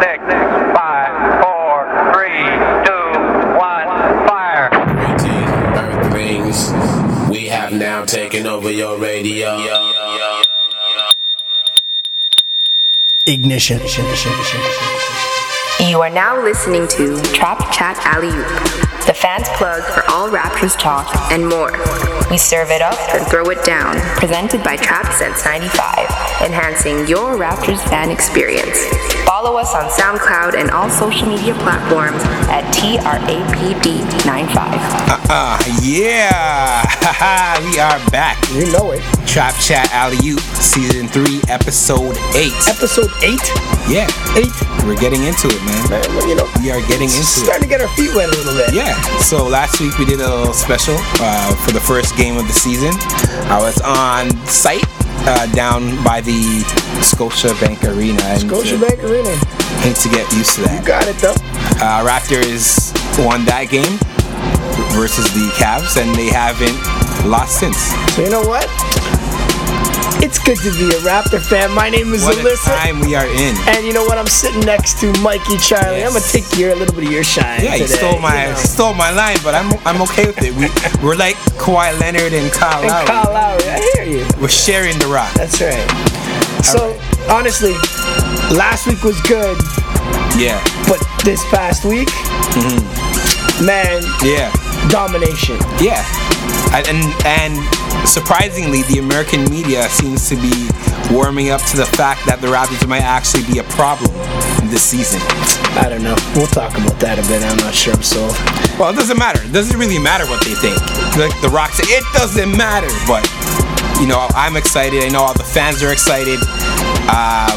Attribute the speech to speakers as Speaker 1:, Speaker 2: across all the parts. Speaker 1: six, five, four, three, two, one, fire.
Speaker 2: Earthlings, we have now taken over your radio.
Speaker 3: Ignition.
Speaker 4: You are now listening to Trap Chat Alley Oop, the fans plug for all Raptors talk and more. We serve it up and throw it down. Presented by Trap Sense 95, enhancing your Raptors fan experience. Follow us on SoundCloud and all social media platforms at TRAPD95.
Speaker 5: Uh, yeah, we are back.
Speaker 3: You know it.
Speaker 5: Trap Chat Alley Oop, Season 3, Episode 8.
Speaker 3: Episode eight.
Speaker 5: Yeah,
Speaker 3: Eight.
Speaker 5: we're getting into it, man.
Speaker 3: Man, well, you know,
Speaker 5: We are getting into it.
Speaker 3: starting to get our feet wet a little bit.
Speaker 5: Yeah, so last week we did a little special uh, for the first game of the season. I was on site uh, down by the Scotiabank Arena. and-
Speaker 3: Scotiabank Arena.
Speaker 5: and to get used to that.
Speaker 3: Got it though.
Speaker 5: Uh, Raptors won that game versus the Cavs, and they haven't lost since.
Speaker 3: So you know what? It's good to be a Raptor fan. My name is
Speaker 5: What a
Speaker 3: Alyssa.
Speaker 5: time we are in.
Speaker 3: And you know what? I'm sitting next to Mikey Charlie.
Speaker 5: Yes.
Speaker 3: I'm gonna take your a little bit of your shine.
Speaker 5: Yeah, you
Speaker 3: today,
Speaker 5: stole my
Speaker 3: you know.
Speaker 5: stole my line, but I'm I'm okay with it. We we're like Kawhi Leonard and Kyle
Speaker 3: And
Speaker 5: Lowry.
Speaker 3: Kyle Lowry. I hear you.
Speaker 5: We're sharing the rock.
Speaker 3: That's right. So honestly, last week was good,
Speaker 5: Yeah,
Speaker 3: but this past week,
Speaker 5: Mm-hmm.
Speaker 3: man,
Speaker 5: yeah,
Speaker 3: domination.
Speaker 5: yeah. And and- and surprisingly, the American media seems to be warming up to the fact that the Raptors might actually be a problem this season.
Speaker 3: I don't know. We'll talk about that a bit. I'm not sure I'm sold.
Speaker 5: Well, it doesn't matter. It doesn't really matter what they think. Like the Rock said, it doesn't matter. But you know, I'm excited. I know all the fans are excited. Uh,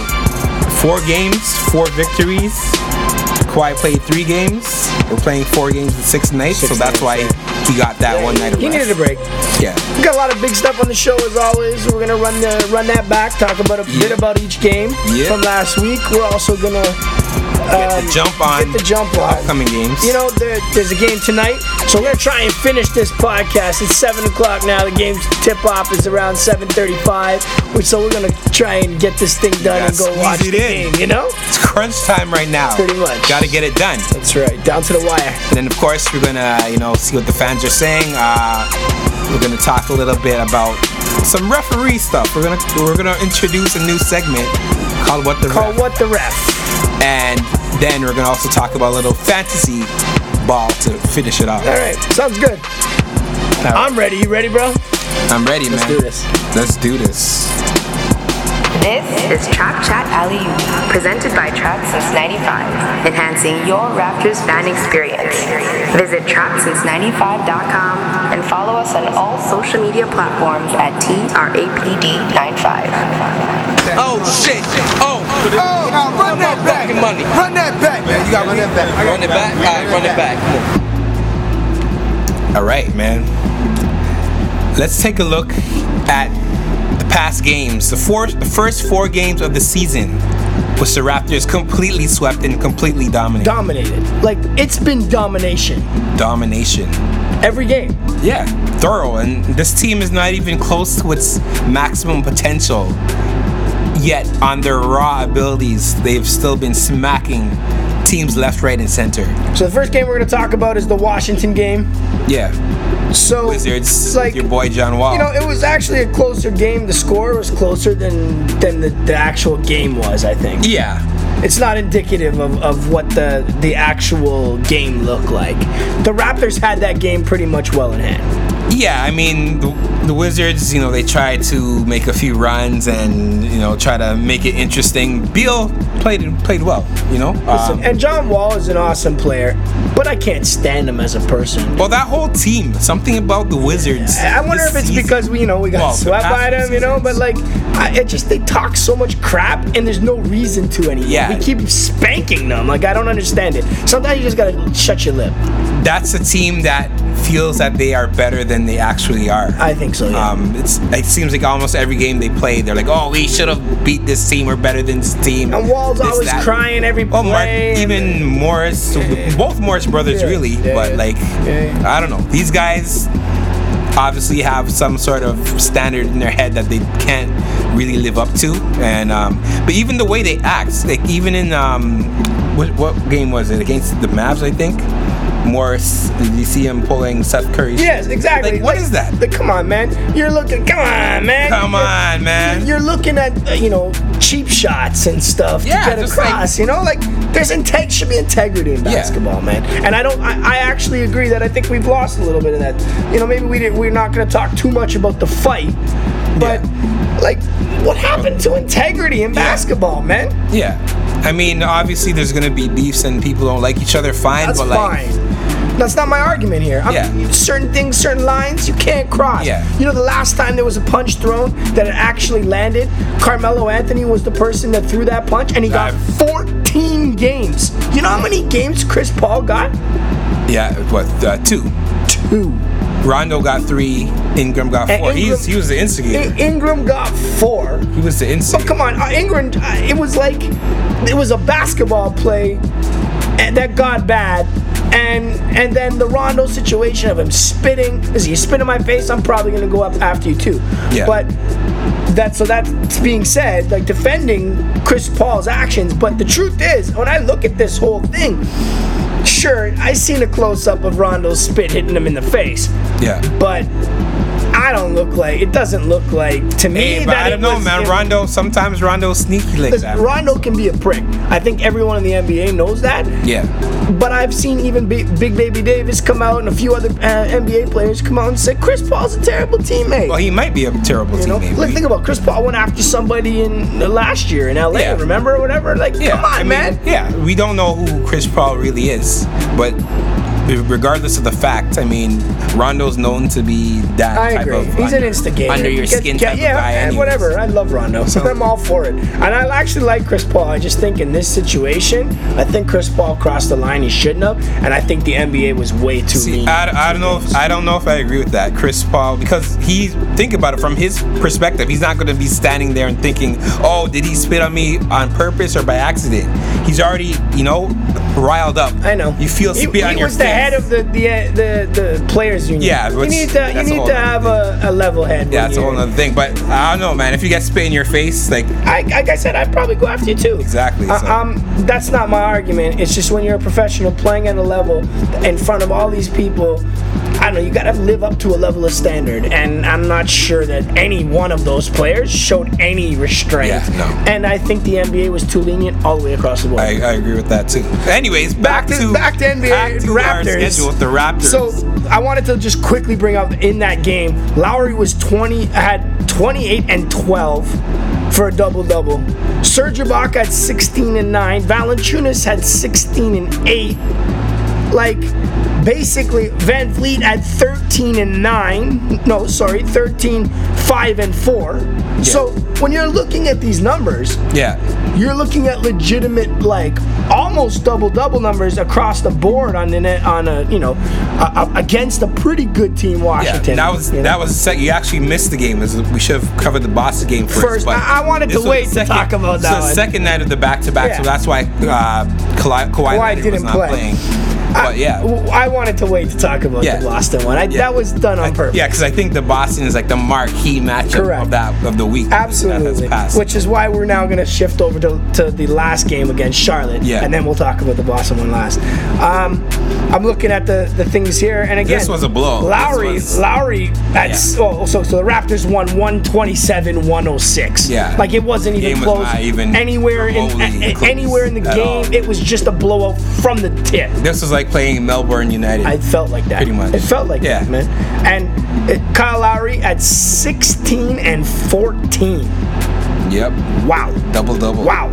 Speaker 5: four games, four victories. Kawhi played three games. We're playing four games in six nights, so
Speaker 3: Six nights,
Speaker 5: that's why he got that one night. of
Speaker 3: You
Speaker 5: rest.
Speaker 3: needed a break.
Speaker 5: Yeah.
Speaker 3: We got a lot of big stuff on the show as always. We're gonna run the run that back. Talk about a bit
Speaker 5: Yeah.
Speaker 3: about each game
Speaker 5: Yeah.
Speaker 3: from last week. We're also gonna Um,
Speaker 5: Get the jump on.
Speaker 3: get the jump on.
Speaker 5: Upcoming games.
Speaker 3: You know, there, there's a game tonight, so we're gonna try and finish this podcast. It's seven o'clock now. The game's tip off is around seven thirty-five, which so we're gonna try and get this thing done
Speaker 5: gotta
Speaker 3: and go
Speaker 5: squeeze
Speaker 3: watch
Speaker 5: it
Speaker 3: the
Speaker 5: in.
Speaker 3: game. You know,
Speaker 5: it's crunch time right now.
Speaker 3: Pretty much.
Speaker 5: Got to get it done.
Speaker 3: that's right, down to the wire.
Speaker 5: And then, of course, we're gonna, you know, see what the fans are saying. Uh, we're gonna talk a little bit about some referee stuff. We're gonna we're gonna introduce a new segment called What the
Speaker 3: Call
Speaker 5: Ref.
Speaker 3: what the ref.
Speaker 5: And then we're gonna also talk about a little fantasy ball to finish it off.
Speaker 3: All right, sounds good. I'm ready. You ready, bro?
Speaker 5: I'm ready,
Speaker 3: Let's
Speaker 5: man.
Speaker 3: do this.
Speaker 5: Let's do this.
Speaker 4: This is Trap Chat Alley Oop, presented by Trap Sense 95, enhancing your Raptors fan experience. Visit TrapSense95.com and follow us on all social media platforms at TRAPD95.
Speaker 5: Oh shit! Oh! Oh! Now run that back! Money. Run that back! Man, you gotta run that back. Run it back. All right, run it back. All right, man. Let's take a look at the past games. The four, the first four games of the season, which the Raptors completely swept and completely dominated.
Speaker 3: Dominated. Like it's been domination
Speaker 5: Domination.
Speaker 3: every game.
Speaker 5: Yeah, thorough. And this team is not even close to its maximum potential. Yet, on their raw abilities, they've still been smacking teams left, right, and center.
Speaker 3: So the first game we're gonna talk about is the Washington game.
Speaker 5: Yeah,
Speaker 3: So
Speaker 5: Wizards.
Speaker 3: it's
Speaker 5: with
Speaker 3: like
Speaker 5: your boy John Wall.
Speaker 3: You know, it was actually a closer game. The score was closer than than the, the actual game was. I think
Speaker 5: yeah,
Speaker 3: it's not indicative of, of what the the actual game looked like. The Raptors had that game pretty much well in hand.
Speaker 5: yeah. I mean, the, the Wizards. You know, they tried to make a few runs and you know try to make it interesting. Beal played played well. You know,
Speaker 3: So-
Speaker 5: um,
Speaker 3: and John Wall is an awesome player, but I can't stand him as a person.
Speaker 5: well, that whole team. Something about the Wizards.
Speaker 3: I I wonder
Speaker 5: this
Speaker 3: if it's
Speaker 5: season-
Speaker 3: because we, you know, we got
Speaker 5: Well, the
Speaker 3: swept
Speaker 5: past
Speaker 3: by
Speaker 5: few
Speaker 3: them, you know. But
Speaker 5: seasons.
Speaker 3: like, I, it just they talk so much crap, and there's no reason to anymore.
Speaker 5: Yeah.
Speaker 3: we keep spanking them. Like, I don't understand it. Sometimes you just gotta shut your lip.
Speaker 5: that's a team that feels that they are better than they actually are.
Speaker 3: I think so. Yeah.
Speaker 5: um, it's, it seems like almost every game they play, they're like, "Oh, we should have beat this team. We're better than this team."
Speaker 3: And Wall's
Speaker 5: This,
Speaker 3: always
Speaker 5: that.
Speaker 3: crying every
Speaker 5: Oh, Mark,
Speaker 3: play.
Speaker 5: even Morris, both Morris brothers,
Speaker 3: Yeah,
Speaker 5: really.
Speaker 3: yeah,
Speaker 5: but like,
Speaker 3: yeah.
Speaker 5: I don't know. These guys, obviously have some sort of standard in their head that they can't really live up to. And um, but even the way they act, like even in um, what, what game was it against the Mavs? I think. Morris, you see him pulling Seth Curry.
Speaker 3: Yes, exactly.
Speaker 5: Like, what is that?
Speaker 3: But come on, man. You're looking. Come on, man.
Speaker 5: Come on, man.
Speaker 3: You're looking at uh, you know cheap shots and stuff
Speaker 5: Yeah,
Speaker 3: to get
Speaker 5: just like-
Speaker 3: across. you know, like there's integ- should be integrity in
Speaker 5: Yeah.
Speaker 3: basketball, man. And I don't. I, I actually agree that I think we've lost a little bit of that. You know, maybe we didn't. We're not going to talk too much about the fight, but like, what happened to integrity in basketball, man?
Speaker 5: Yeah. I mean, obviously, there's gonna be beefs and people don't like each other. Fine,
Speaker 3: That's
Speaker 5: but like,
Speaker 3: fine. That's not my argument here. I'm,
Speaker 5: Yeah.
Speaker 3: Certain things, certain lines, you can't cross.
Speaker 5: Yeah.
Speaker 3: You know, the last time there was a punch thrown that it actually landed, Carmelo Anthony was the person that threw that punch, and he got
Speaker 5: I've-
Speaker 3: 14 games. You know how many games Chris Paul got?
Speaker 5: yeah, what uh, two?
Speaker 3: Two.
Speaker 5: Rondo got three. Ingram got
Speaker 3: And
Speaker 5: four. He's
Speaker 3: Ingram-
Speaker 5: he was the
Speaker 3: In-
Speaker 5: instigator.
Speaker 3: Ingram got four.
Speaker 5: He was the
Speaker 3: But
Speaker 5: instigator.
Speaker 3: come on, uh, Ingram, uh, it was like it was a basketball play and that got bad. And and then the Rondo situation of him spitting. Is he spit in my face? I'm probably gonna go up after you too.
Speaker 5: Yeah.
Speaker 3: But that so that's being said, like defending Chris Paul's actions. But the truth is, when I look at this whole thing, sure, I seen a close up of Rondo's spit hitting him in the face.
Speaker 5: Yeah.
Speaker 3: But I don't look like it doesn't look like to me
Speaker 5: Hey, but
Speaker 3: that
Speaker 5: I
Speaker 3: it
Speaker 5: don't know,
Speaker 3: was-
Speaker 5: man.
Speaker 3: it-
Speaker 5: Rondo sometimes Rondo sneaky like
Speaker 3: Listen,
Speaker 5: that.
Speaker 3: Rondo can be a prick. I think everyone in the NBA knows that.
Speaker 5: yeah.
Speaker 3: But I've seen even B- Big Baby Davis come out and a few other uh, NBA players come out and say Chris Paul's a terrible teammate.
Speaker 5: Well, Oh, he might be a terrible
Speaker 3: you know,
Speaker 5: teammate.
Speaker 3: like
Speaker 5: but-
Speaker 3: think about Chris Paul went after somebody in uh, last year in LA,
Speaker 5: Yeah.
Speaker 3: remember or whatever. Like,
Speaker 5: yeah,
Speaker 3: come on,
Speaker 5: I mean,
Speaker 3: man.
Speaker 5: Yeah, we don't know who Chris Paul really is, but regardless of the fact, I mean, Rondo's known to be that
Speaker 3: I
Speaker 5: type
Speaker 3: agree.
Speaker 5: of
Speaker 3: He's an
Speaker 5: under,
Speaker 3: instigator.
Speaker 5: under your
Speaker 3: Get-
Speaker 5: skin
Speaker 3: get-
Speaker 5: type
Speaker 3: yeah,
Speaker 5: of guy.
Speaker 3: and
Speaker 5: anyways.
Speaker 3: whatever. I love Rondo, so I'm all for it. And I actually like Chris Paul. I just think in this situation, I think Chris Paul crossed the line he shouldn't have, and I think the NBA was way too
Speaker 5: See,
Speaker 3: mean.
Speaker 5: I, I don't know. If, I don't know if I agree with that, Chris Paul, because he think about it from his perspective. He's not going to be standing there and thinking, "Oh, did he spit on me on purpose or by accident?" He's already, you know, riled up.
Speaker 3: I know.
Speaker 5: You feel
Speaker 3: he,
Speaker 5: spit on
Speaker 3: he
Speaker 5: your
Speaker 3: was the
Speaker 5: face.
Speaker 3: head of the the uh, the, the players union.
Speaker 5: Yeah,
Speaker 3: you
Speaker 5: which-
Speaker 3: need to
Speaker 5: that's
Speaker 3: you
Speaker 5: a
Speaker 3: need
Speaker 5: whole
Speaker 3: to
Speaker 5: nother
Speaker 3: have
Speaker 5: thing.
Speaker 3: a, a level head.
Speaker 5: Yeah,
Speaker 3: when
Speaker 5: that's a whole
Speaker 3: you're-
Speaker 5: other thing. But I don't know, man. If you get spit in your face, like
Speaker 3: I, like I said, I'd probably go after you too.
Speaker 5: Exactly,
Speaker 3: Uh,
Speaker 5: so-
Speaker 3: um, that's not my argument. It's just when you're a professional playing at a level in front of all these people, I don't know. You got to live up to a level of standard, and I'm not sure that any one of those players showed any restraint.
Speaker 5: Yeah, no.
Speaker 3: And I think the NBA was too lenient all the way across the board.
Speaker 5: I, I agree with that too. Anyways,
Speaker 3: back
Speaker 5: back,
Speaker 3: to,
Speaker 5: to
Speaker 3: back to NBA
Speaker 5: back to our
Speaker 3: Raptors.
Speaker 5: schedule with the Raptors.
Speaker 3: So I wanted to just quickly bring up in that game, Lowry was 20 had 28 and 12 for a double double. Serge Ibaka had 16 and 9. Valanciunas had 16 and 8. Like basically Van Vliet had 13 and 9. No, sorry, 13 5 and 4. So when you're looking at these numbers,
Speaker 5: yeah,
Speaker 3: you're looking at legitimate like almost double double numbers across the board on the net on a you know a, a, against a pretty good team
Speaker 5: yeah.
Speaker 3: Washington.
Speaker 5: that was
Speaker 3: you know?
Speaker 5: that was the sec- you actually missed the game. This is- We should have covered the Boston game first.
Speaker 3: First,
Speaker 5: but
Speaker 3: I- I wanted to
Speaker 5: this was
Speaker 3: wait
Speaker 5: the
Speaker 3: to talk about
Speaker 5: this
Speaker 3: that
Speaker 5: was
Speaker 3: one.
Speaker 5: The second night of the back to back,
Speaker 3: Yeah.
Speaker 5: so that's why uh, Kawhi, Kawhi, Leonard was
Speaker 3: didn't
Speaker 5: not
Speaker 3: play.
Speaker 5: playing. But yeah.
Speaker 3: W- I wanted to wait to talk about
Speaker 5: Yeah.
Speaker 3: the Boston one. I,
Speaker 5: Yeah.
Speaker 3: That was done on purpose.
Speaker 5: Yeah, because I think the Boston is like the marquee matchup
Speaker 3: Correct.
Speaker 5: of that of the week. that has
Speaker 3: Absolutely.
Speaker 5: passed.
Speaker 3: Which is why we're now going to shift over to, to the last game against Charlotte.
Speaker 5: Yeah.
Speaker 3: And then we'll talk about the Boston one last. Um, I'm looking at the, the things here. And again,
Speaker 5: This was a blow. This
Speaker 3: Lowry,
Speaker 5: was-
Speaker 3: Lowry, at,
Speaker 5: Yeah.
Speaker 3: s oh, so, so the Raptors won 127 106.
Speaker 5: Yeah.
Speaker 3: Like it wasn't even
Speaker 5: Game was
Speaker 3: close.
Speaker 5: not even
Speaker 3: anywhere, in,
Speaker 5: remotely
Speaker 3: a- a-
Speaker 5: close
Speaker 3: anywhere in the
Speaker 5: at
Speaker 3: game,
Speaker 5: all.
Speaker 3: it was just a blowout from the tip.
Speaker 5: this was like playing Melbourne United.
Speaker 3: I felt like that.
Speaker 5: Pretty much.
Speaker 3: It felt like
Speaker 5: Yeah.
Speaker 3: that, man. And uh, Kyle Lowry at 16 and 14.
Speaker 5: yep,
Speaker 3: Wow.
Speaker 5: double double.
Speaker 3: Wow.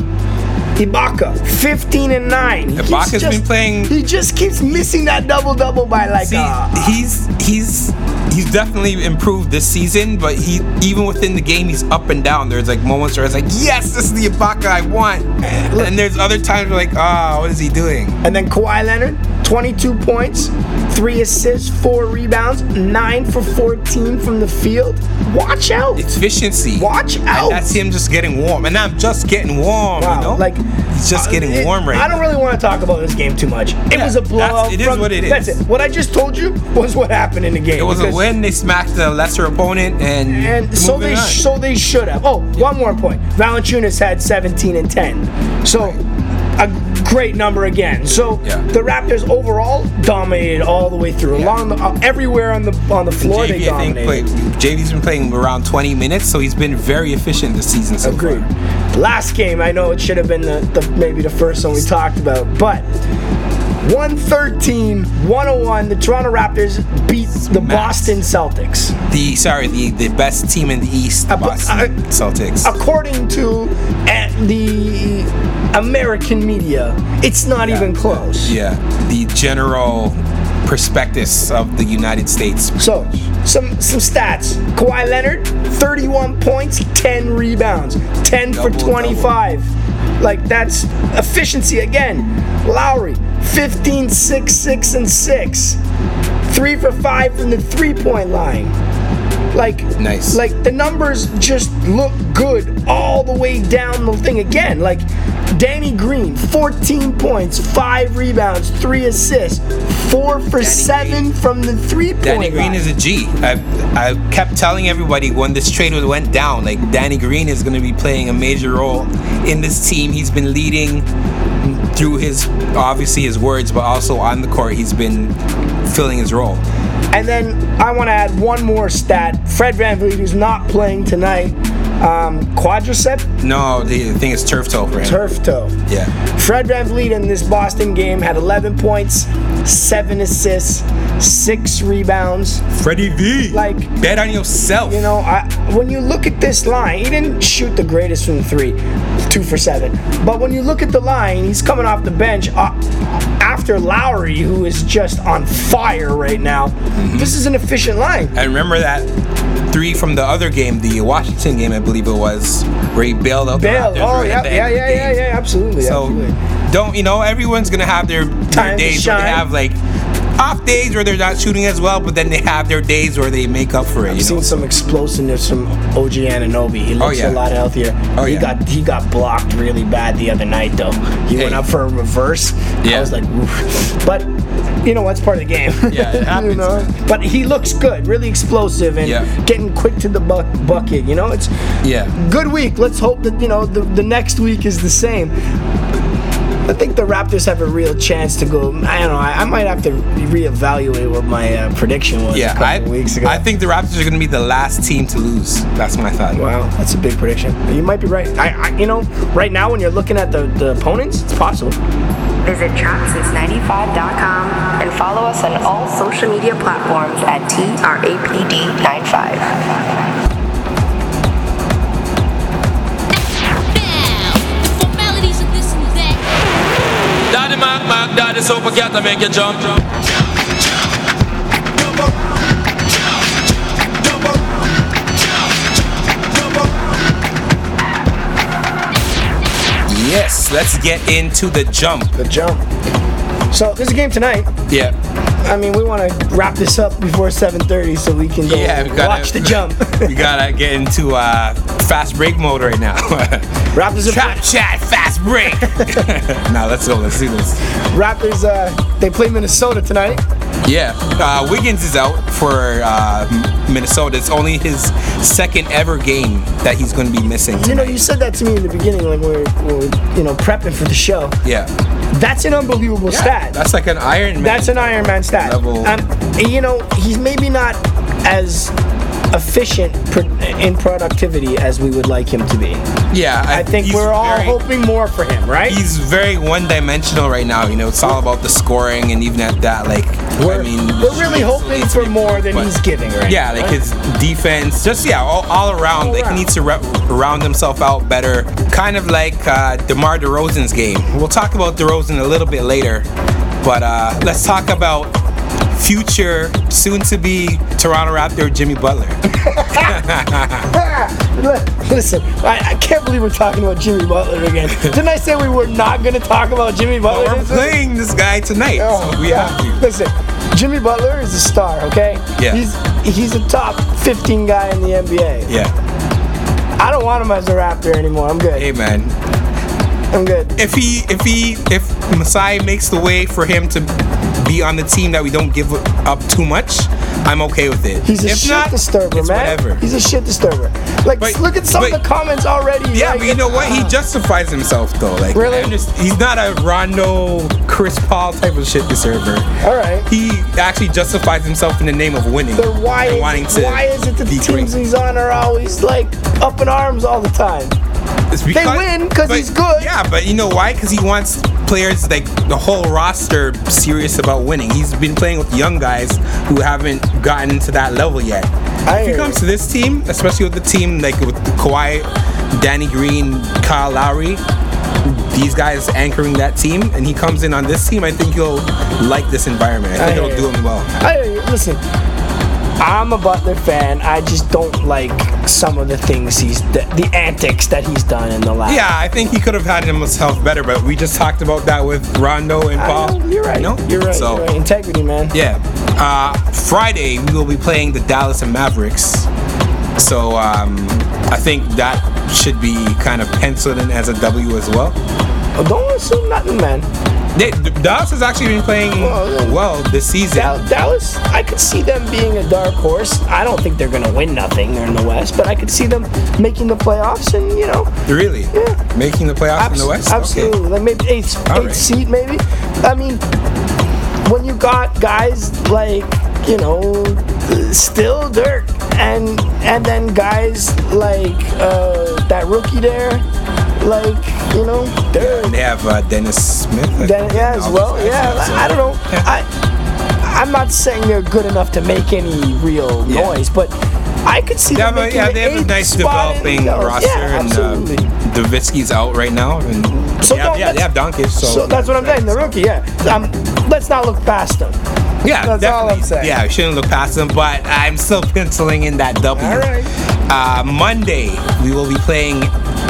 Speaker 3: Ibaka, 15 and 9. He keeps
Speaker 5: Ibaka's been
Speaker 3: just-
Speaker 5: playing-
Speaker 3: He just keeps missing that double double by like
Speaker 5: See,
Speaker 3: uh,
Speaker 5: he's he's he's definitely improved this season, but he even within the game he's up and down. There's like moments where it's like, yes, this is the Ibaka I want, and there's other times where like, ah, what is he doing?
Speaker 3: And then Kawhi Leonard, 22 points, 3 assists, 4 rebounds, 9 for 14 from the field. Watch out.
Speaker 5: Efficiency.
Speaker 3: Watch out.
Speaker 5: And that's him just getting warm, and I'm just getting warm.
Speaker 3: Wow,
Speaker 5: You know,
Speaker 3: like
Speaker 5: he's just
Speaker 3: uh,
Speaker 5: getting
Speaker 3: it-
Speaker 5: warm right
Speaker 3: I don't
Speaker 5: now.
Speaker 3: really want to talk about this game too much. It
Speaker 5: Yeah,
Speaker 3: was a
Speaker 5: that's-
Speaker 3: blowout.
Speaker 5: it is
Speaker 3: from-
Speaker 5: what it
Speaker 3: That's
Speaker 5: is.
Speaker 3: it. What I just told you was what happened in the game.
Speaker 5: It was a
Speaker 3: because-
Speaker 5: win. They smacked a lesser opponent, and
Speaker 3: And so
Speaker 5: moving
Speaker 3: they
Speaker 5: on.
Speaker 3: so they should have. Oh, one more point. Valanciunas had 17 and 10. So a great number again. So
Speaker 5: Yeah.
Speaker 3: the Raptors overall dominated all the way through. Along the uh, everywhere on the on the floor they
Speaker 5: JV, I think,
Speaker 3: dominated.
Speaker 5: played, JV's been playing around 20 minutes, so he's been very efficient this season so
Speaker 3: Agreed.
Speaker 5: far.
Speaker 3: Last game, I know it should have been the, the maybe the first one we talked about, but 113 101, the Toronto Raptors beat the
Speaker 5: Smacked.
Speaker 3: Boston Celtics.
Speaker 5: The sorry, the, the best team in the East, the
Speaker 3: Uh, but,
Speaker 5: Boston
Speaker 3: uh,
Speaker 5: Celtics.
Speaker 3: According to eh, the American media, it's not even close.
Speaker 5: yeah, the general prospectus of the United States.
Speaker 3: So, some some stats. Kawhi Leonard, 31 points, 10 rebounds, 10 for
Speaker 5: Double,
Speaker 3: 25. Like that's efficiency again. Lowry, 15, 6, 6, and 6. Three for five from the three-point line. Like
Speaker 5: Nice.
Speaker 3: Like the numbers just look good all the way down the thing again. Like Danny Green, 14 points, five rebounds, three assists, four for seven
Speaker 5: Green.
Speaker 3: from the three-point
Speaker 5: Danny
Speaker 3: line.
Speaker 5: Green is a G. I I kept telling everybody when this trade was- went down, like Danny Green is going to be playing a major role in this team. He's been leading through his obviously his words, but also on the court, he's been filling his role.
Speaker 3: And then I want to add one more stat. Fred Van Vliet, who's not playing tonight, um, quadricep
Speaker 5: No, the thing is turf toe for him.
Speaker 3: turf toe.
Speaker 5: Yeah.
Speaker 3: Fred Van Vliet in this Boston game had 11 points, 7 assists, 6 rebounds.
Speaker 5: Freddie V.
Speaker 3: Like-
Speaker 5: bet on yourself.
Speaker 3: You know, I, when you look at this line, he didn't shoot the greatest from three, two for seven. But when you look at the line, he's coming off the bench uh, after Lowry, who is just on fire right now.
Speaker 5: Mm-hmm.
Speaker 3: This is an efficient line.
Speaker 5: I remember that three from the other game, the Washington game, I believe it was, where he bailed out. the
Speaker 3: Bell.
Speaker 5: Raptors
Speaker 3: Oh,
Speaker 5: right
Speaker 3: yeah,
Speaker 5: at the end
Speaker 3: yeah,
Speaker 5: of the
Speaker 3: yeah, yeah,
Speaker 5: game.
Speaker 3: yeah, absolutely.
Speaker 5: So
Speaker 3: absolutely.
Speaker 5: don't you know everyone's gonna have their,
Speaker 3: Time
Speaker 5: their
Speaker 3: to
Speaker 5: days where they
Speaker 3: shine.
Speaker 5: have like off days where they're not shooting as well, but then they have their days where they make up for it.
Speaker 3: I've
Speaker 5: You know, Oh,
Speaker 3: seen some explosiveness from OG Ananobi. He looks
Speaker 5: yeah.
Speaker 3: a lot healthier.
Speaker 5: Oh,
Speaker 3: he
Speaker 5: yeah.
Speaker 3: got he got blocked really bad the other night though. He
Speaker 5: Hey.
Speaker 3: went up for a reverse. I
Speaker 5: Yeah.
Speaker 3: was like, Oof. but you know what's part of the game.
Speaker 5: Yeah, it happens, man.
Speaker 3: But he looks good, really explosive and
Speaker 5: Yeah.
Speaker 3: getting quick to the buck bucket. You know, it's
Speaker 5: yeah.
Speaker 3: good week. Let's hope that you know the, the next week is the same. I think the Raptors have a real chance to go. I don't know. I, I might have to reevaluate what my uh, prediction was a
Speaker 5: Yeah,
Speaker 3: couple
Speaker 5: I,
Speaker 3: weeks ago.
Speaker 5: I think the Raptors are going to be the last team to lose. That's my thought.
Speaker 3: Wow, that's a big prediction. You might be right. I, I you know, right now when you're looking at the, the opponents, it's possible.
Speaker 4: Visit TrapSince95.com and follow us on all social media platforms at TRAPD95.
Speaker 6: Now, the formalities of this and that.
Speaker 7: Daddy Mac Mac, Daddy Super Cat, I make you jump. jump.
Speaker 5: Yes, let's get into the jump.
Speaker 3: The jump. So there's a game tonight.
Speaker 5: Yeah,
Speaker 3: I mean, we want to wrap this up before 7:30 so we can go
Speaker 5: yeah. We gotta,
Speaker 3: watch the jump.
Speaker 5: we gotta get into uh, fast break mode right now.
Speaker 3: Raptors are
Speaker 5: Trap chat, fast break. now let's go. Let's do this.
Speaker 3: Raptors. Uh, they play Minnesota tonight.
Speaker 5: Yeah, uh, Wiggins is out for uh, Minnesota. It's only his second ever game that he's going to be missing.
Speaker 3: You know, you said that to me in the beginning, like we were, we were you know, prepping for the show.
Speaker 5: Yeah,
Speaker 3: That's an unbelievable stat.
Speaker 5: That's like an Iron Man.
Speaker 3: That's an Iron Man stat.
Speaker 5: Level.
Speaker 3: Um, and, you know, he's maybe not as efficient pr- in productivity as we would like him to be.
Speaker 5: Yeah,
Speaker 3: I think
Speaker 5: he's
Speaker 3: we're all
Speaker 5: very-
Speaker 3: hoping more for him, right?
Speaker 5: He's very one-dimensional right now. You know, it's all about the scoring, and even at that, like
Speaker 3: we're,
Speaker 5: I mean,
Speaker 3: we're really hoping for more than
Speaker 5: but-
Speaker 3: he's giving right
Speaker 5: Yeah,
Speaker 3: now,
Speaker 5: like
Speaker 3: right?
Speaker 5: his defense, just yeah, all, all around.
Speaker 3: All
Speaker 5: like
Speaker 3: around.
Speaker 5: he needs to re- round himself out better, kind of like uh, Demar Derozan's game. We'll talk about Derozan a little bit later, but uh, let's talk about future, soon-to-be Toronto Raptor Jimmy Butler.
Speaker 3: Listen, I, I can't believe we're talking about Jimmy Butler again. Didn't I say we were not going to talk about Jimmy Butler?
Speaker 5: We're
Speaker 3: this week?
Speaker 5: playing this guy tonight,
Speaker 3: Oh.
Speaker 5: so we have to.
Speaker 3: Listen, Jimmy Butler is a star, okay?
Speaker 5: Yeah.
Speaker 3: He's he's a top 15 guy in the NBA.
Speaker 5: Yeah.
Speaker 3: I don't want him as a Raptor anymore. I'm good.
Speaker 5: Hey man,
Speaker 3: I'm good.
Speaker 5: if he if he if Masai makes the way for him to be on the team that we don't give up too much, I'm okay with it.
Speaker 3: He's a
Speaker 5: if
Speaker 3: shit
Speaker 5: not,
Speaker 3: disturber,
Speaker 5: it's
Speaker 3: man.
Speaker 5: Whatever.
Speaker 3: He's a shit disturber. Like,
Speaker 5: But-
Speaker 3: look at some of
Speaker 5: but-
Speaker 3: the comments already.
Speaker 5: yeah,
Speaker 3: like,
Speaker 5: but you know what? He justifies himself though. Like,
Speaker 3: Really?
Speaker 5: I underst- he's not a Rondo, Chris Paul type of shit disturber.
Speaker 3: All right.
Speaker 5: He actually justifies himself in the name of winning.
Speaker 3: Then why,
Speaker 5: and
Speaker 3: is,
Speaker 5: wanting to
Speaker 3: why is it that the
Speaker 5: be
Speaker 3: teams
Speaker 5: great.
Speaker 3: he's on are always like up in arms all the time?
Speaker 5: It's because,
Speaker 3: win 'cause
Speaker 5: but-
Speaker 3: he's good.
Speaker 5: Yeah, but you know why? Because he wants players like the whole roster serious about winning. He's been playing with young guys who haven't gotten to that level yet.
Speaker 3: I
Speaker 5: if
Speaker 3: hear
Speaker 5: he comes to this team, especially with the team like with Kawhi, Danny Green, Kyle Lowry, these guys anchoring that team, and he comes in on this team, I think he'll like this environment. I
Speaker 3: I
Speaker 5: think
Speaker 3: hear
Speaker 5: it'll do
Speaker 3: you.
Speaker 5: him well.
Speaker 3: I listen. I'm a Butler fan. I just don't like some of the things he's the, the antics that he's done in the last.
Speaker 5: Yeah, I think he could have had himself better, but we just talked about that with Rondo and
Speaker 3: I
Speaker 5: Paul.
Speaker 3: know, you're right.
Speaker 5: No,
Speaker 3: You're right.
Speaker 5: So
Speaker 3: you're right. Integrity, man.
Speaker 5: Yeah. Uh, Friday we will be playing the Dallas and Mavericks. So um, I think that should be kind of penciled in as a W as well.
Speaker 3: Oh, Don't assume nothing, man.
Speaker 5: They, Dallas has actually been playing
Speaker 3: Well, yeah.
Speaker 5: well this season.
Speaker 3: Dal- Dallas, I could see them being a dark horse. I don't think they're gonna win nothing. They're in the West, but I could see them making the playoffs and you know
Speaker 5: really?
Speaker 3: Yeah.
Speaker 5: Making the playoffs in the
Speaker 3: Abs-
Speaker 5: West?
Speaker 3: Absolutely,
Speaker 5: Okay.
Speaker 3: like maybe eighth,
Speaker 5: All
Speaker 3: eighth
Speaker 5: right.
Speaker 3: seed, maybe. I mean, when you got guys like you know, still Dirk, and and then guys like uh, that rookie there, like you know, they're
Speaker 5: And they have uh, Dennis Smith. I
Speaker 3: then
Speaker 5: think,
Speaker 3: yeah,
Speaker 5: and
Speaker 3: as
Speaker 5: all
Speaker 3: well,
Speaker 5: these
Speaker 3: yeah.
Speaker 5: guys now, so-
Speaker 3: I, I don't know.
Speaker 5: Yeah.
Speaker 3: I I'm not saying they're good enough to make any real
Speaker 5: Yeah.
Speaker 3: noise, but. I could see
Speaker 5: Yeah,
Speaker 3: them
Speaker 5: but
Speaker 3: making
Speaker 5: yeah,
Speaker 3: the
Speaker 5: they have a
Speaker 3: eighth
Speaker 5: nice
Speaker 3: spot in the
Speaker 5: developing
Speaker 3: playoffs.
Speaker 5: roster,
Speaker 3: Yeah,
Speaker 5: and
Speaker 3: absolutely.
Speaker 5: uh, Davitsky's out right now, and
Speaker 3: So
Speaker 5: they have,
Speaker 3: don't-
Speaker 5: yeah, they have Doncic. So,
Speaker 3: So that's what I'm saying. The rookie, yeah. Um, let's not look past them.
Speaker 5: Yeah,
Speaker 3: That's all I'm
Speaker 5: definitely.
Speaker 3: saying.
Speaker 5: Yeah, we shouldn't look past them, but I'm still penciling in that W.
Speaker 3: All right.
Speaker 5: Uh, Monday we will be playing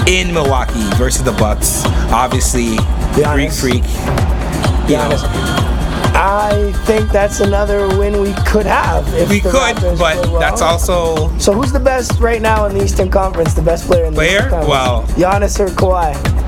Speaker 5: in Milwaukee versus the Bucks. Obviously, Greek
Speaker 3: Giannis.
Speaker 5: freak. You know,
Speaker 3: Giannis. I think that's another win we could have. If
Speaker 5: we
Speaker 3: the
Speaker 5: could,
Speaker 3: Raptors
Speaker 5: but
Speaker 3: play well.
Speaker 5: that's also
Speaker 3: So who's the best right now in the Eastern Conference? The best player in the
Speaker 5: Player?
Speaker 3: Eastern Conference?
Speaker 5: Wow.
Speaker 3: Giannis or Kawhi?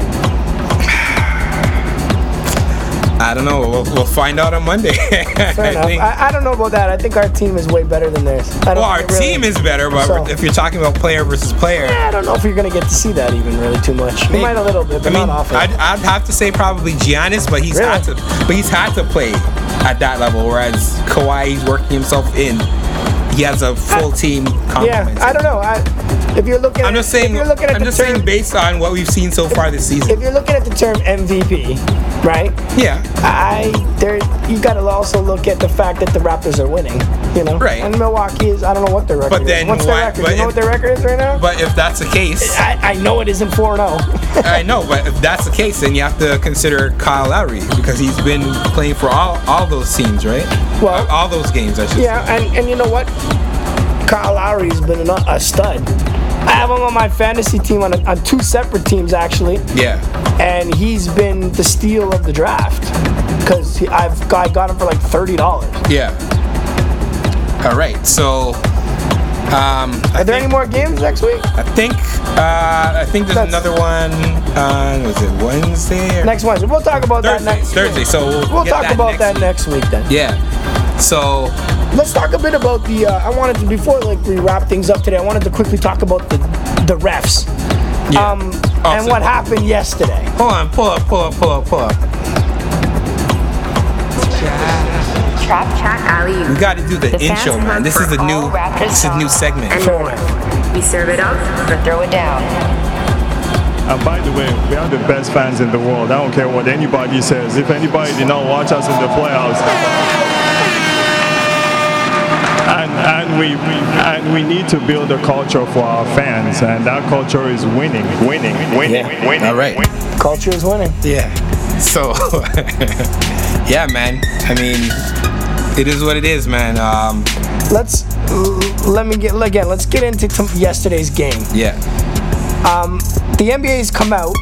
Speaker 5: I don't know. We'll, we'll find out on Monday.
Speaker 3: Fair enough. I, I don't know about that. I think our team is way better than theirs. I don't
Speaker 5: well, our
Speaker 3: think it really-
Speaker 5: team is better, but
Speaker 3: So-
Speaker 5: if you're talking about player versus player.
Speaker 3: I don't know if you're gonna get to see that even really too much. You might a little bit, but
Speaker 5: I mean,
Speaker 3: not often.
Speaker 5: I'd, I'd have to say probably Giannis, but he's
Speaker 3: Really?
Speaker 5: had to, but he's had to play at that level. Whereas Kawhi's working himself in. He has a full team.
Speaker 3: yeah,
Speaker 5: Complement.
Speaker 3: I don't know. I, if you're looking,
Speaker 5: I'm
Speaker 3: at,
Speaker 5: just saying.
Speaker 3: If you're looking at
Speaker 5: I'm
Speaker 3: the
Speaker 5: just
Speaker 3: term,
Speaker 5: saying based on what we've seen so far this season.
Speaker 3: if you're looking at the term MVP, right?
Speaker 5: yeah.
Speaker 3: I there you got to also look at the fact that the Raptors are winning, you know.
Speaker 5: Right.
Speaker 3: And Milwaukee is I don't know what their record
Speaker 5: But
Speaker 3: is.
Speaker 5: then
Speaker 3: What's their
Speaker 5: why-
Speaker 3: record?
Speaker 5: but
Speaker 3: You know
Speaker 5: if-
Speaker 3: what their record is right now?
Speaker 5: But if that's the case,
Speaker 3: I, I know it isn't oh. 4-0.
Speaker 5: I know. But if that's the case, then you have to consider Kyle Lowry because he's been playing for all all those teams, right?
Speaker 3: Well-
Speaker 5: Uh, all those games, I should.
Speaker 3: yeah, and, and you know what? Kyle Lowry's been an, a stud. I have him on my fantasy team on, a, on two separate teams actually,
Speaker 5: Say. Yeah.
Speaker 3: and he's been the steal of the draft because I've got, I got him for like thirty dollars.
Speaker 5: Yeah. All right. So. Um,
Speaker 3: Are there any more games next week?
Speaker 5: I think uh, I think there's
Speaker 3: That's-
Speaker 5: another one on was it Wednesday or
Speaker 3: Next Wednesday. We'll talk about
Speaker 5: Thursday?
Speaker 3: that next.
Speaker 5: Thursday.
Speaker 3: Week.
Speaker 5: So we'll,
Speaker 3: We'll
Speaker 5: get
Speaker 3: talk about that
Speaker 5: week.
Speaker 3: next week then.
Speaker 5: Yeah. So
Speaker 3: Let's talk a bit about the. Uh, I wanted to before like we wrap things up today. I wanted to quickly talk about the the refs
Speaker 5: yeah.
Speaker 3: um,
Speaker 5: Oh,
Speaker 3: and
Speaker 5: so-
Speaker 3: what happened yesterday.
Speaker 5: Hold on. Pull up. Pull up. Pull up. Pull up.
Speaker 4: Trap Chat Alley Oop.
Speaker 5: We got to do the,
Speaker 4: The fans
Speaker 5: intro, man.
Speaker 4: hunt
Speaker 5: This
Speaker 4: for
Speaker 5: is the
Speaker 4: all
Speaker 5: new.
Speaker 4: Raptors
Speaker 5: This is a new
Speaker 4: songs
Speaker 5: segment.
Speaker 4: And more. We serve it up or throw it down.
Speaker 8: And by the way, we are the best fans in the world. I don't care what anybody says. If anybody did not watch us in the playoffs, and, and we, we and we need to build a culture for our fans, and that culture is winning, winning, winning,
Speaker 5: Yeah.
Speaker 8: winning.
Speaker 5: All right.
Speaker 8: winning.
Speaker 3: Culture is winning.
Speaker 5: Yeah. So, yeah, man. I mean, it is what it is, man. Um,
Speaker 3: Let's let me get again. Let's get into tom- yesterday's game.
Speaker 5: Yeah.
Speaker 3: The NBA's come out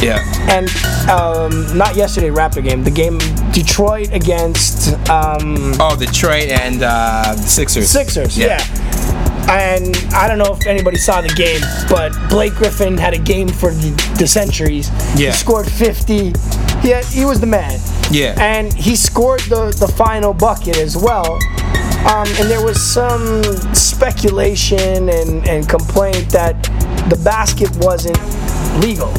Speaker 5: Yeah.
Speaker 3: and um, not yesterday Raptor game. The game Detroit against um,
Speaker 5: Oh, Detroit and uh, the Sixers.
Speaker 3: Sixers. Yeah.
Speaker 5: Yeah.
Speaker 3: And I don't know if anybody saw the game, but Blake Griffin had a game for the, the centuries. He
Speaker 5: Yeah.
Speaker 3: scored 50. He, had, he was the man.
Speaker 5: Yeah.
Speaker 3: And he scored the, the final bucket as well. Um, and there was some speculation and, and complaint that the basket wasn't legal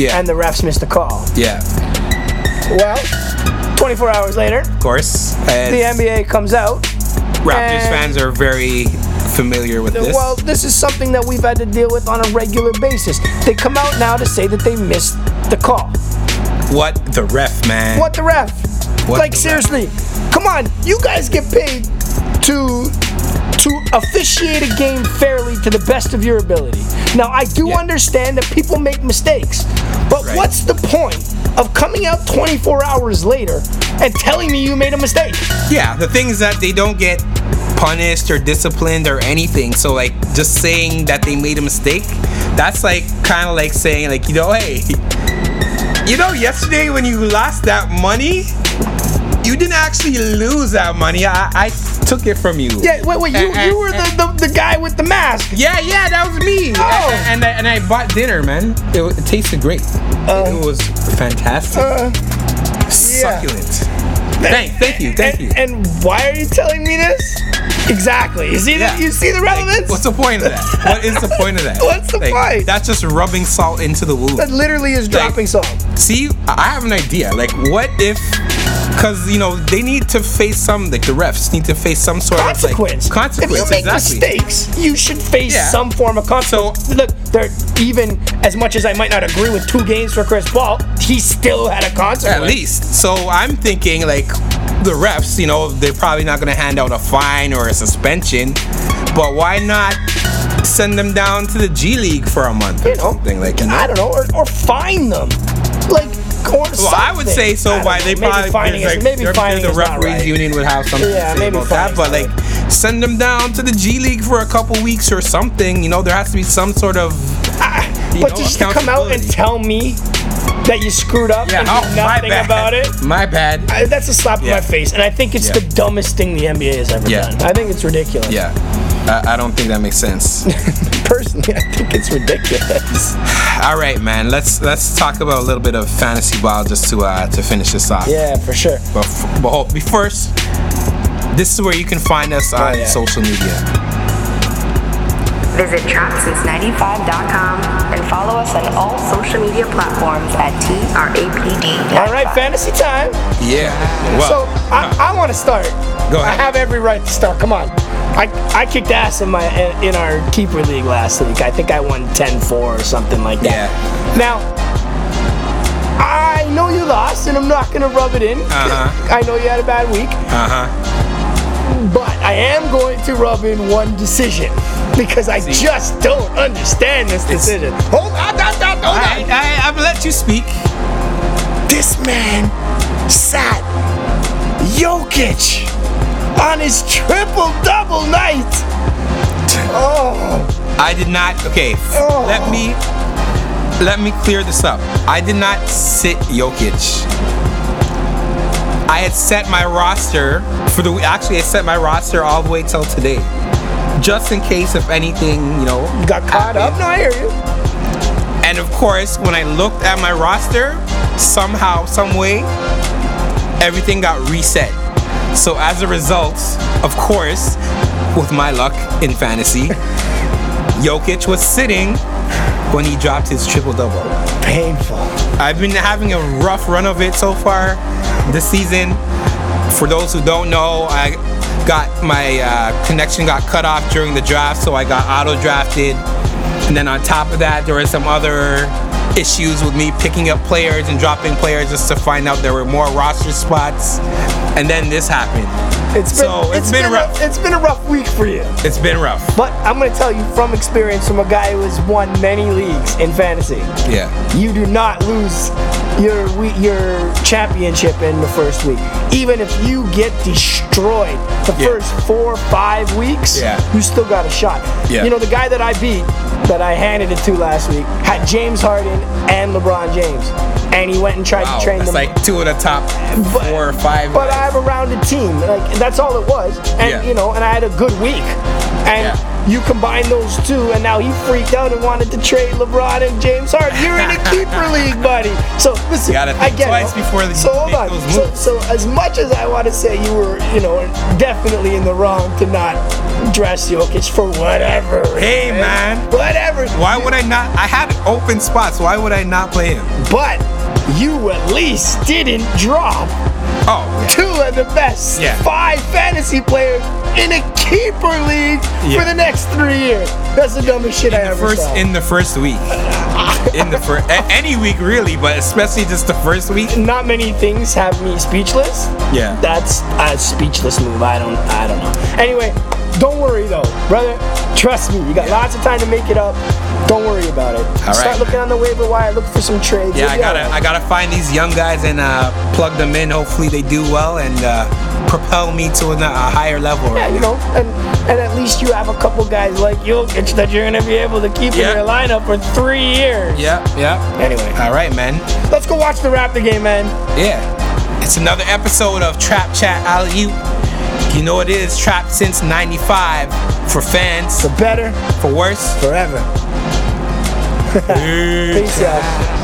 Speaker 5: Yeah.
Speaker 3: and the refs missed the call.
Speaker 5: yeah.
Speaker 3: Well, 24 hours later,
Speaker 5: Of course. And
Speaker 3: the NBA comes out
Speaker 5: Raptors
Speaker 3: and-
Speaker 5: fans are very familiar with this.
Speaker 3: Well, this is something that we've had to deal with on a regular basis. They come out now to say that they missed the call.
Speaker 5: what the ref, man?
Speaker 3: What the ref?
Speaker 5: What
Speaker 3: like
Speaker 5: the ref?
Speaker 3: seriously, come on! You guys get paid to to officiate a game fairly to the best of your ability. Now, I do
Speaker 5: Yeah.
Speaker 3: understand that people make mistakes, but
Speaker 5: Right.
Speaker 3: what's the point of coming out 24 hours later and telling me you made a mistake?
Speaker 5: Yeah, the thing is that they don't get punished or disciplined or anything. So like just saying that they made a mistake, that's like kind of like saying like you know hey, you know yesterday when you lost that money, you didn't actually lose that money. I, I took it from you.
Speaker 3: Yeah, wait, wait. You,
Speaker 5: Eh, eh,
Speaker 3: you were
Speaker 5: eh.
Speaker 3: the, the the guy with the mask.
Speaker 5: Yeah, yeah, that was me.
Speaker 3: Oh.
Speaker 5: A- And, I, and I bought dinner, man. It, wa- it tasted great.
Speaker 3: Uh,
Speaker 5: it was fantastic. Succulent. Thank, thank you, thank you.
Speaker 3: and, and why are you telling me this? Exactly. You see,
Speaker 5: Yeah.
Speaker 3: the, you see the
Speaker 5: Like,
Speaker 3: relevance?
Speaker 5: what's the point of that? What is the point of that?
Speaker 3: What's the
Speaker 5: Like,
Speaker 3: point?
Speaker 5: That's just rubbing salt into the wound.
Speaker 3: that literally is dropping salt.
Speaker 5: See, I I have an idea. Like, what if? Because you know they need to face some, like the refs need to face some sort
Speaker 3: Consequence.
Speaker 5: of like consequence.
Speaker 3: If you make
Speaker 5: exactly.
Speaker 3: mistakes, you should face
Speaker 5: Yeah.
Speaker 3: some form of consequence.
Speaker 5: So-
Speaker 3: look, there even as much as I might not agree with two games for Chris Paul, he still had a consequence.
Speaker 5: At least. So I'm thinking like the refs, you know, they're probably not gonna hand out a fine or a suspension, but why not send them down to the G League for a month or
Speaker 3: You know,
Speaker 5: something like you know?
Speaker 3: I don't know, or, or fine them, like. Or
Speaker 5: Well, I would say
Speaker 3: I
Speaker 5: so
Speaker 3: don't
Speaker 5: by
Speaker 3: know,
Speaker 5: they
Speaker 3: maybe
Speaker 5: probably
Speaker 3: fining
Speaker 5: there's,
Speaker 3: is,
Speaker 5: like,
Speaker 3: maybe
Speaker 5: there's-
Speaker 3: fining
Speaker 5: the
Speaker 3: is not
Speaker 5: referees
Speaker 3: right.
Speaker 5: union would have something
Speaker 3: Yeah,
Speaker 5: to say
Speaker 3: maybe
Speaker 5: about that, but
Speaker 3: fining
Speaker 5: like
Speaker 3: is
Speaker 5: send them down to the G League for a couple weeks or something. You know, there has to be some sort of you
Speaker 3: Ah, But
Speaker 5: know,
Speaker 3: just to come out and
Speaker 5: accountability.
Speaker 3: tell me that you screwed up
Speaker 5: yeah,
Speaker 3: and
Speaker 5: oh,
Speaker 3: do
Speaker 5: my
Speaker 3: nothing
Speaker 5: bad.
Speaker 3: about it.
Speaker 5: My bad.
Speaker 3: I, that's a slap in
Speaker 5: Yeah.
Speaker 3: my face, and I think it's
Speaker 5: Yeah.
Speaker 3: the dumbest thing the NBA has ever
Speaker 5: Yeah.
Speaker 3: done. I think it's ridiculous.
Speaker 5: Yeah, I, I don't think that makes sense.
Speaker 3: Personally, I think it's ridiculous.
Speaker 5: All right, man. Let's let's talk about a little bit of fantasy ball just to uh, to finish this off.
Speaker 3: Yeah, for sure.
Speaker 5: But, f- but hold, be first, this is where you can find us on
Speaker 3: yeah.
Speaker 5: social media.
Speaker 4: Visit trapsince95.com and follow us on all social media platforms at TRAPD.
Speaker 3: All right, fantasy time.
Speaker 5: Yeah.
Speaker 3: so
Speaker 5: Well,
Speaker 3: I, I want to start.
Speaker 5: Go ahead.
Speaker 3: I have every right to start. Come on. I, I kicked ass in my in our keeper league last week. I think I won 10-4 or something like that.
Speaker 5: Yeah.
Speaker 3: Now, I know you lost, and I'm not gonna rub it in.
Speaker 5: Uh-huh.
Speaker 3: I know you had a bad week.
Speaker 5: uh huh.
Speaker 3: But I am going to rub in one decision because I just don't understand this decision. Hold on, da, da, hold
Speaker 5: All
Speaker 3: on.
Speaker 5: right, I, I'm gonna let you speak.
Speaker 3: This man sat Jokic on his triple double night. Oh,
Speaker 5: I did not. Okay.
Speaker 3: Oh.
Speaker 5: Let me let me clear this up. I did not sit Jokic. I had set my roster for the actually I set my roster all the way till today, just in case if anything you know
Speaker 3: you got caught up? No, I hear you.
Speaker 5: And of course, when I looked at my roster, somehow, some way, everything got reset. So as a result, of course, with my luck in fantasy, Jokic was sitting when he dropped his triple double.
Speaker 3: Painful.
Speaker 5: I've been having a rough run of it so far this season. For those who don't know, I got my uh, connection got cut off during the draft, so I got auto drafted. And then on top of that, there were some other issues with me picking up players and dropping players just to find out there were more roster spots. And then this happened.
Speaker 3: It's been,
Speaker 5: So, it's been rough.
Speaker 3: A, it's been a rough week for you.
Speaker 5: It's been rough.
Speaker 3: But I'm gonna tell you from experience from a guy who has won many leagues in fantasy.
Speaker 5: Yeah.
Speaker 3: You do not lose your we- your championship in the first week. Even if you get destroyed the
Speaker 5: Yeah.
Speaker 3: first four five weeks,
Speaker 5: Yeah.
Speaker 3: you still got a shot.
Speaker 5: Yeah.
Speaker 3: You know the guy that I beat, that I handed it to last week, had James Harden and LeBron James, and he went and tried
Speaker 5: Wow.
Speaker 3: to train
Speaker 5: It's
Speaker 3: them.
Speaker 5: like two of the top four or five.
Speaker 3: But I have a rounded team. Like that's all it was. And
Speaker 5: Yeah.
Speaker 3: you know, and I had a good week. And
Speaker 5: Yeah.
Speaker 3: you combine those two, and now he freaked out and wanted to trade LeBron and James Harden. You're in a keeper league, buddy. So listen,
Speaker 5: You gotta
Speaker 3: I
Speaker 5: think
Speaker 3: get
Speaker 5: twice
Speaker 3: it.
Speaker 5: before you
Speaker 3: so hold
Speaker 5: make
Speaker 3: on.
Speaker 5: those
Speaker 3: So,
Speaker 5: moves.
Speaker 3: so as much as I want to say you were, you know, definitely in the wrong to not dress Jokic for whatever.
Speaker 5: Hey, man.
Speaker 3: Whatever.
Speaker 5: Why would I not? I had open spots. Why would I not play him?
Speaker 3: But you at least didn't drop
Speaker 5: Oh,
Speaker 3: two of the best
Speaker 5: Yeah.
Speaker 3: five fantasy players in a keeper league
Speaker 5: Yeah.
Speaker 3: for the next three years. That's the dumbest shit I
Speaker 5: the
Speaker 3: ever
Speaker 5: first
Speaker 3: saw.
Speaker 5: in the first week. In the first, any week really, but especially just the first week.
Speaker 3: Not many things have me speechless.
Speaker 5: Yeah.
Speaker 3: that's a speechless move. I don't, I don't know. Anyway, don't worry though, brother. Trust me, you got lots of time to make it up. Don't worry about it.
Speaker 5: All
Speaker 3: Start
Speaker 5: right,
Speaker 3: looking
Speaker 5: man.
Speaker 3: on the waiver wire. Look for some trades.
Speaker 5: Yeah,
Speaker 3: You'll
Speaker 5: I
Speaker 3: be
Speaker 5: gotta,
Speaker 3: all right.
Speaker 5: I gotta find these young guys and uh, plug them in. Hopefully they do well and uh, propel me to an, a higher level.
Speaker 3: Yeah, you know, and and at least you have a couple guys like Jokic that you're gonna be able to keep
Speaker 5: Yeah.
Speaker 3: in your lineup for three years.
Speaker 5: Yeah, yeah.
Speaker 3: Anyway.
Speaker 5: All right, man.
Speaker 3: Let's go watch the Raptor game, man.
Speaker 5: Yeah. It's another episode of Trap Chat Alley Oop. You know it is Trap since '95 for fans,
Speaker 3: The better
Speaker 5: for worse.
Speaker 3: forever. Peace out.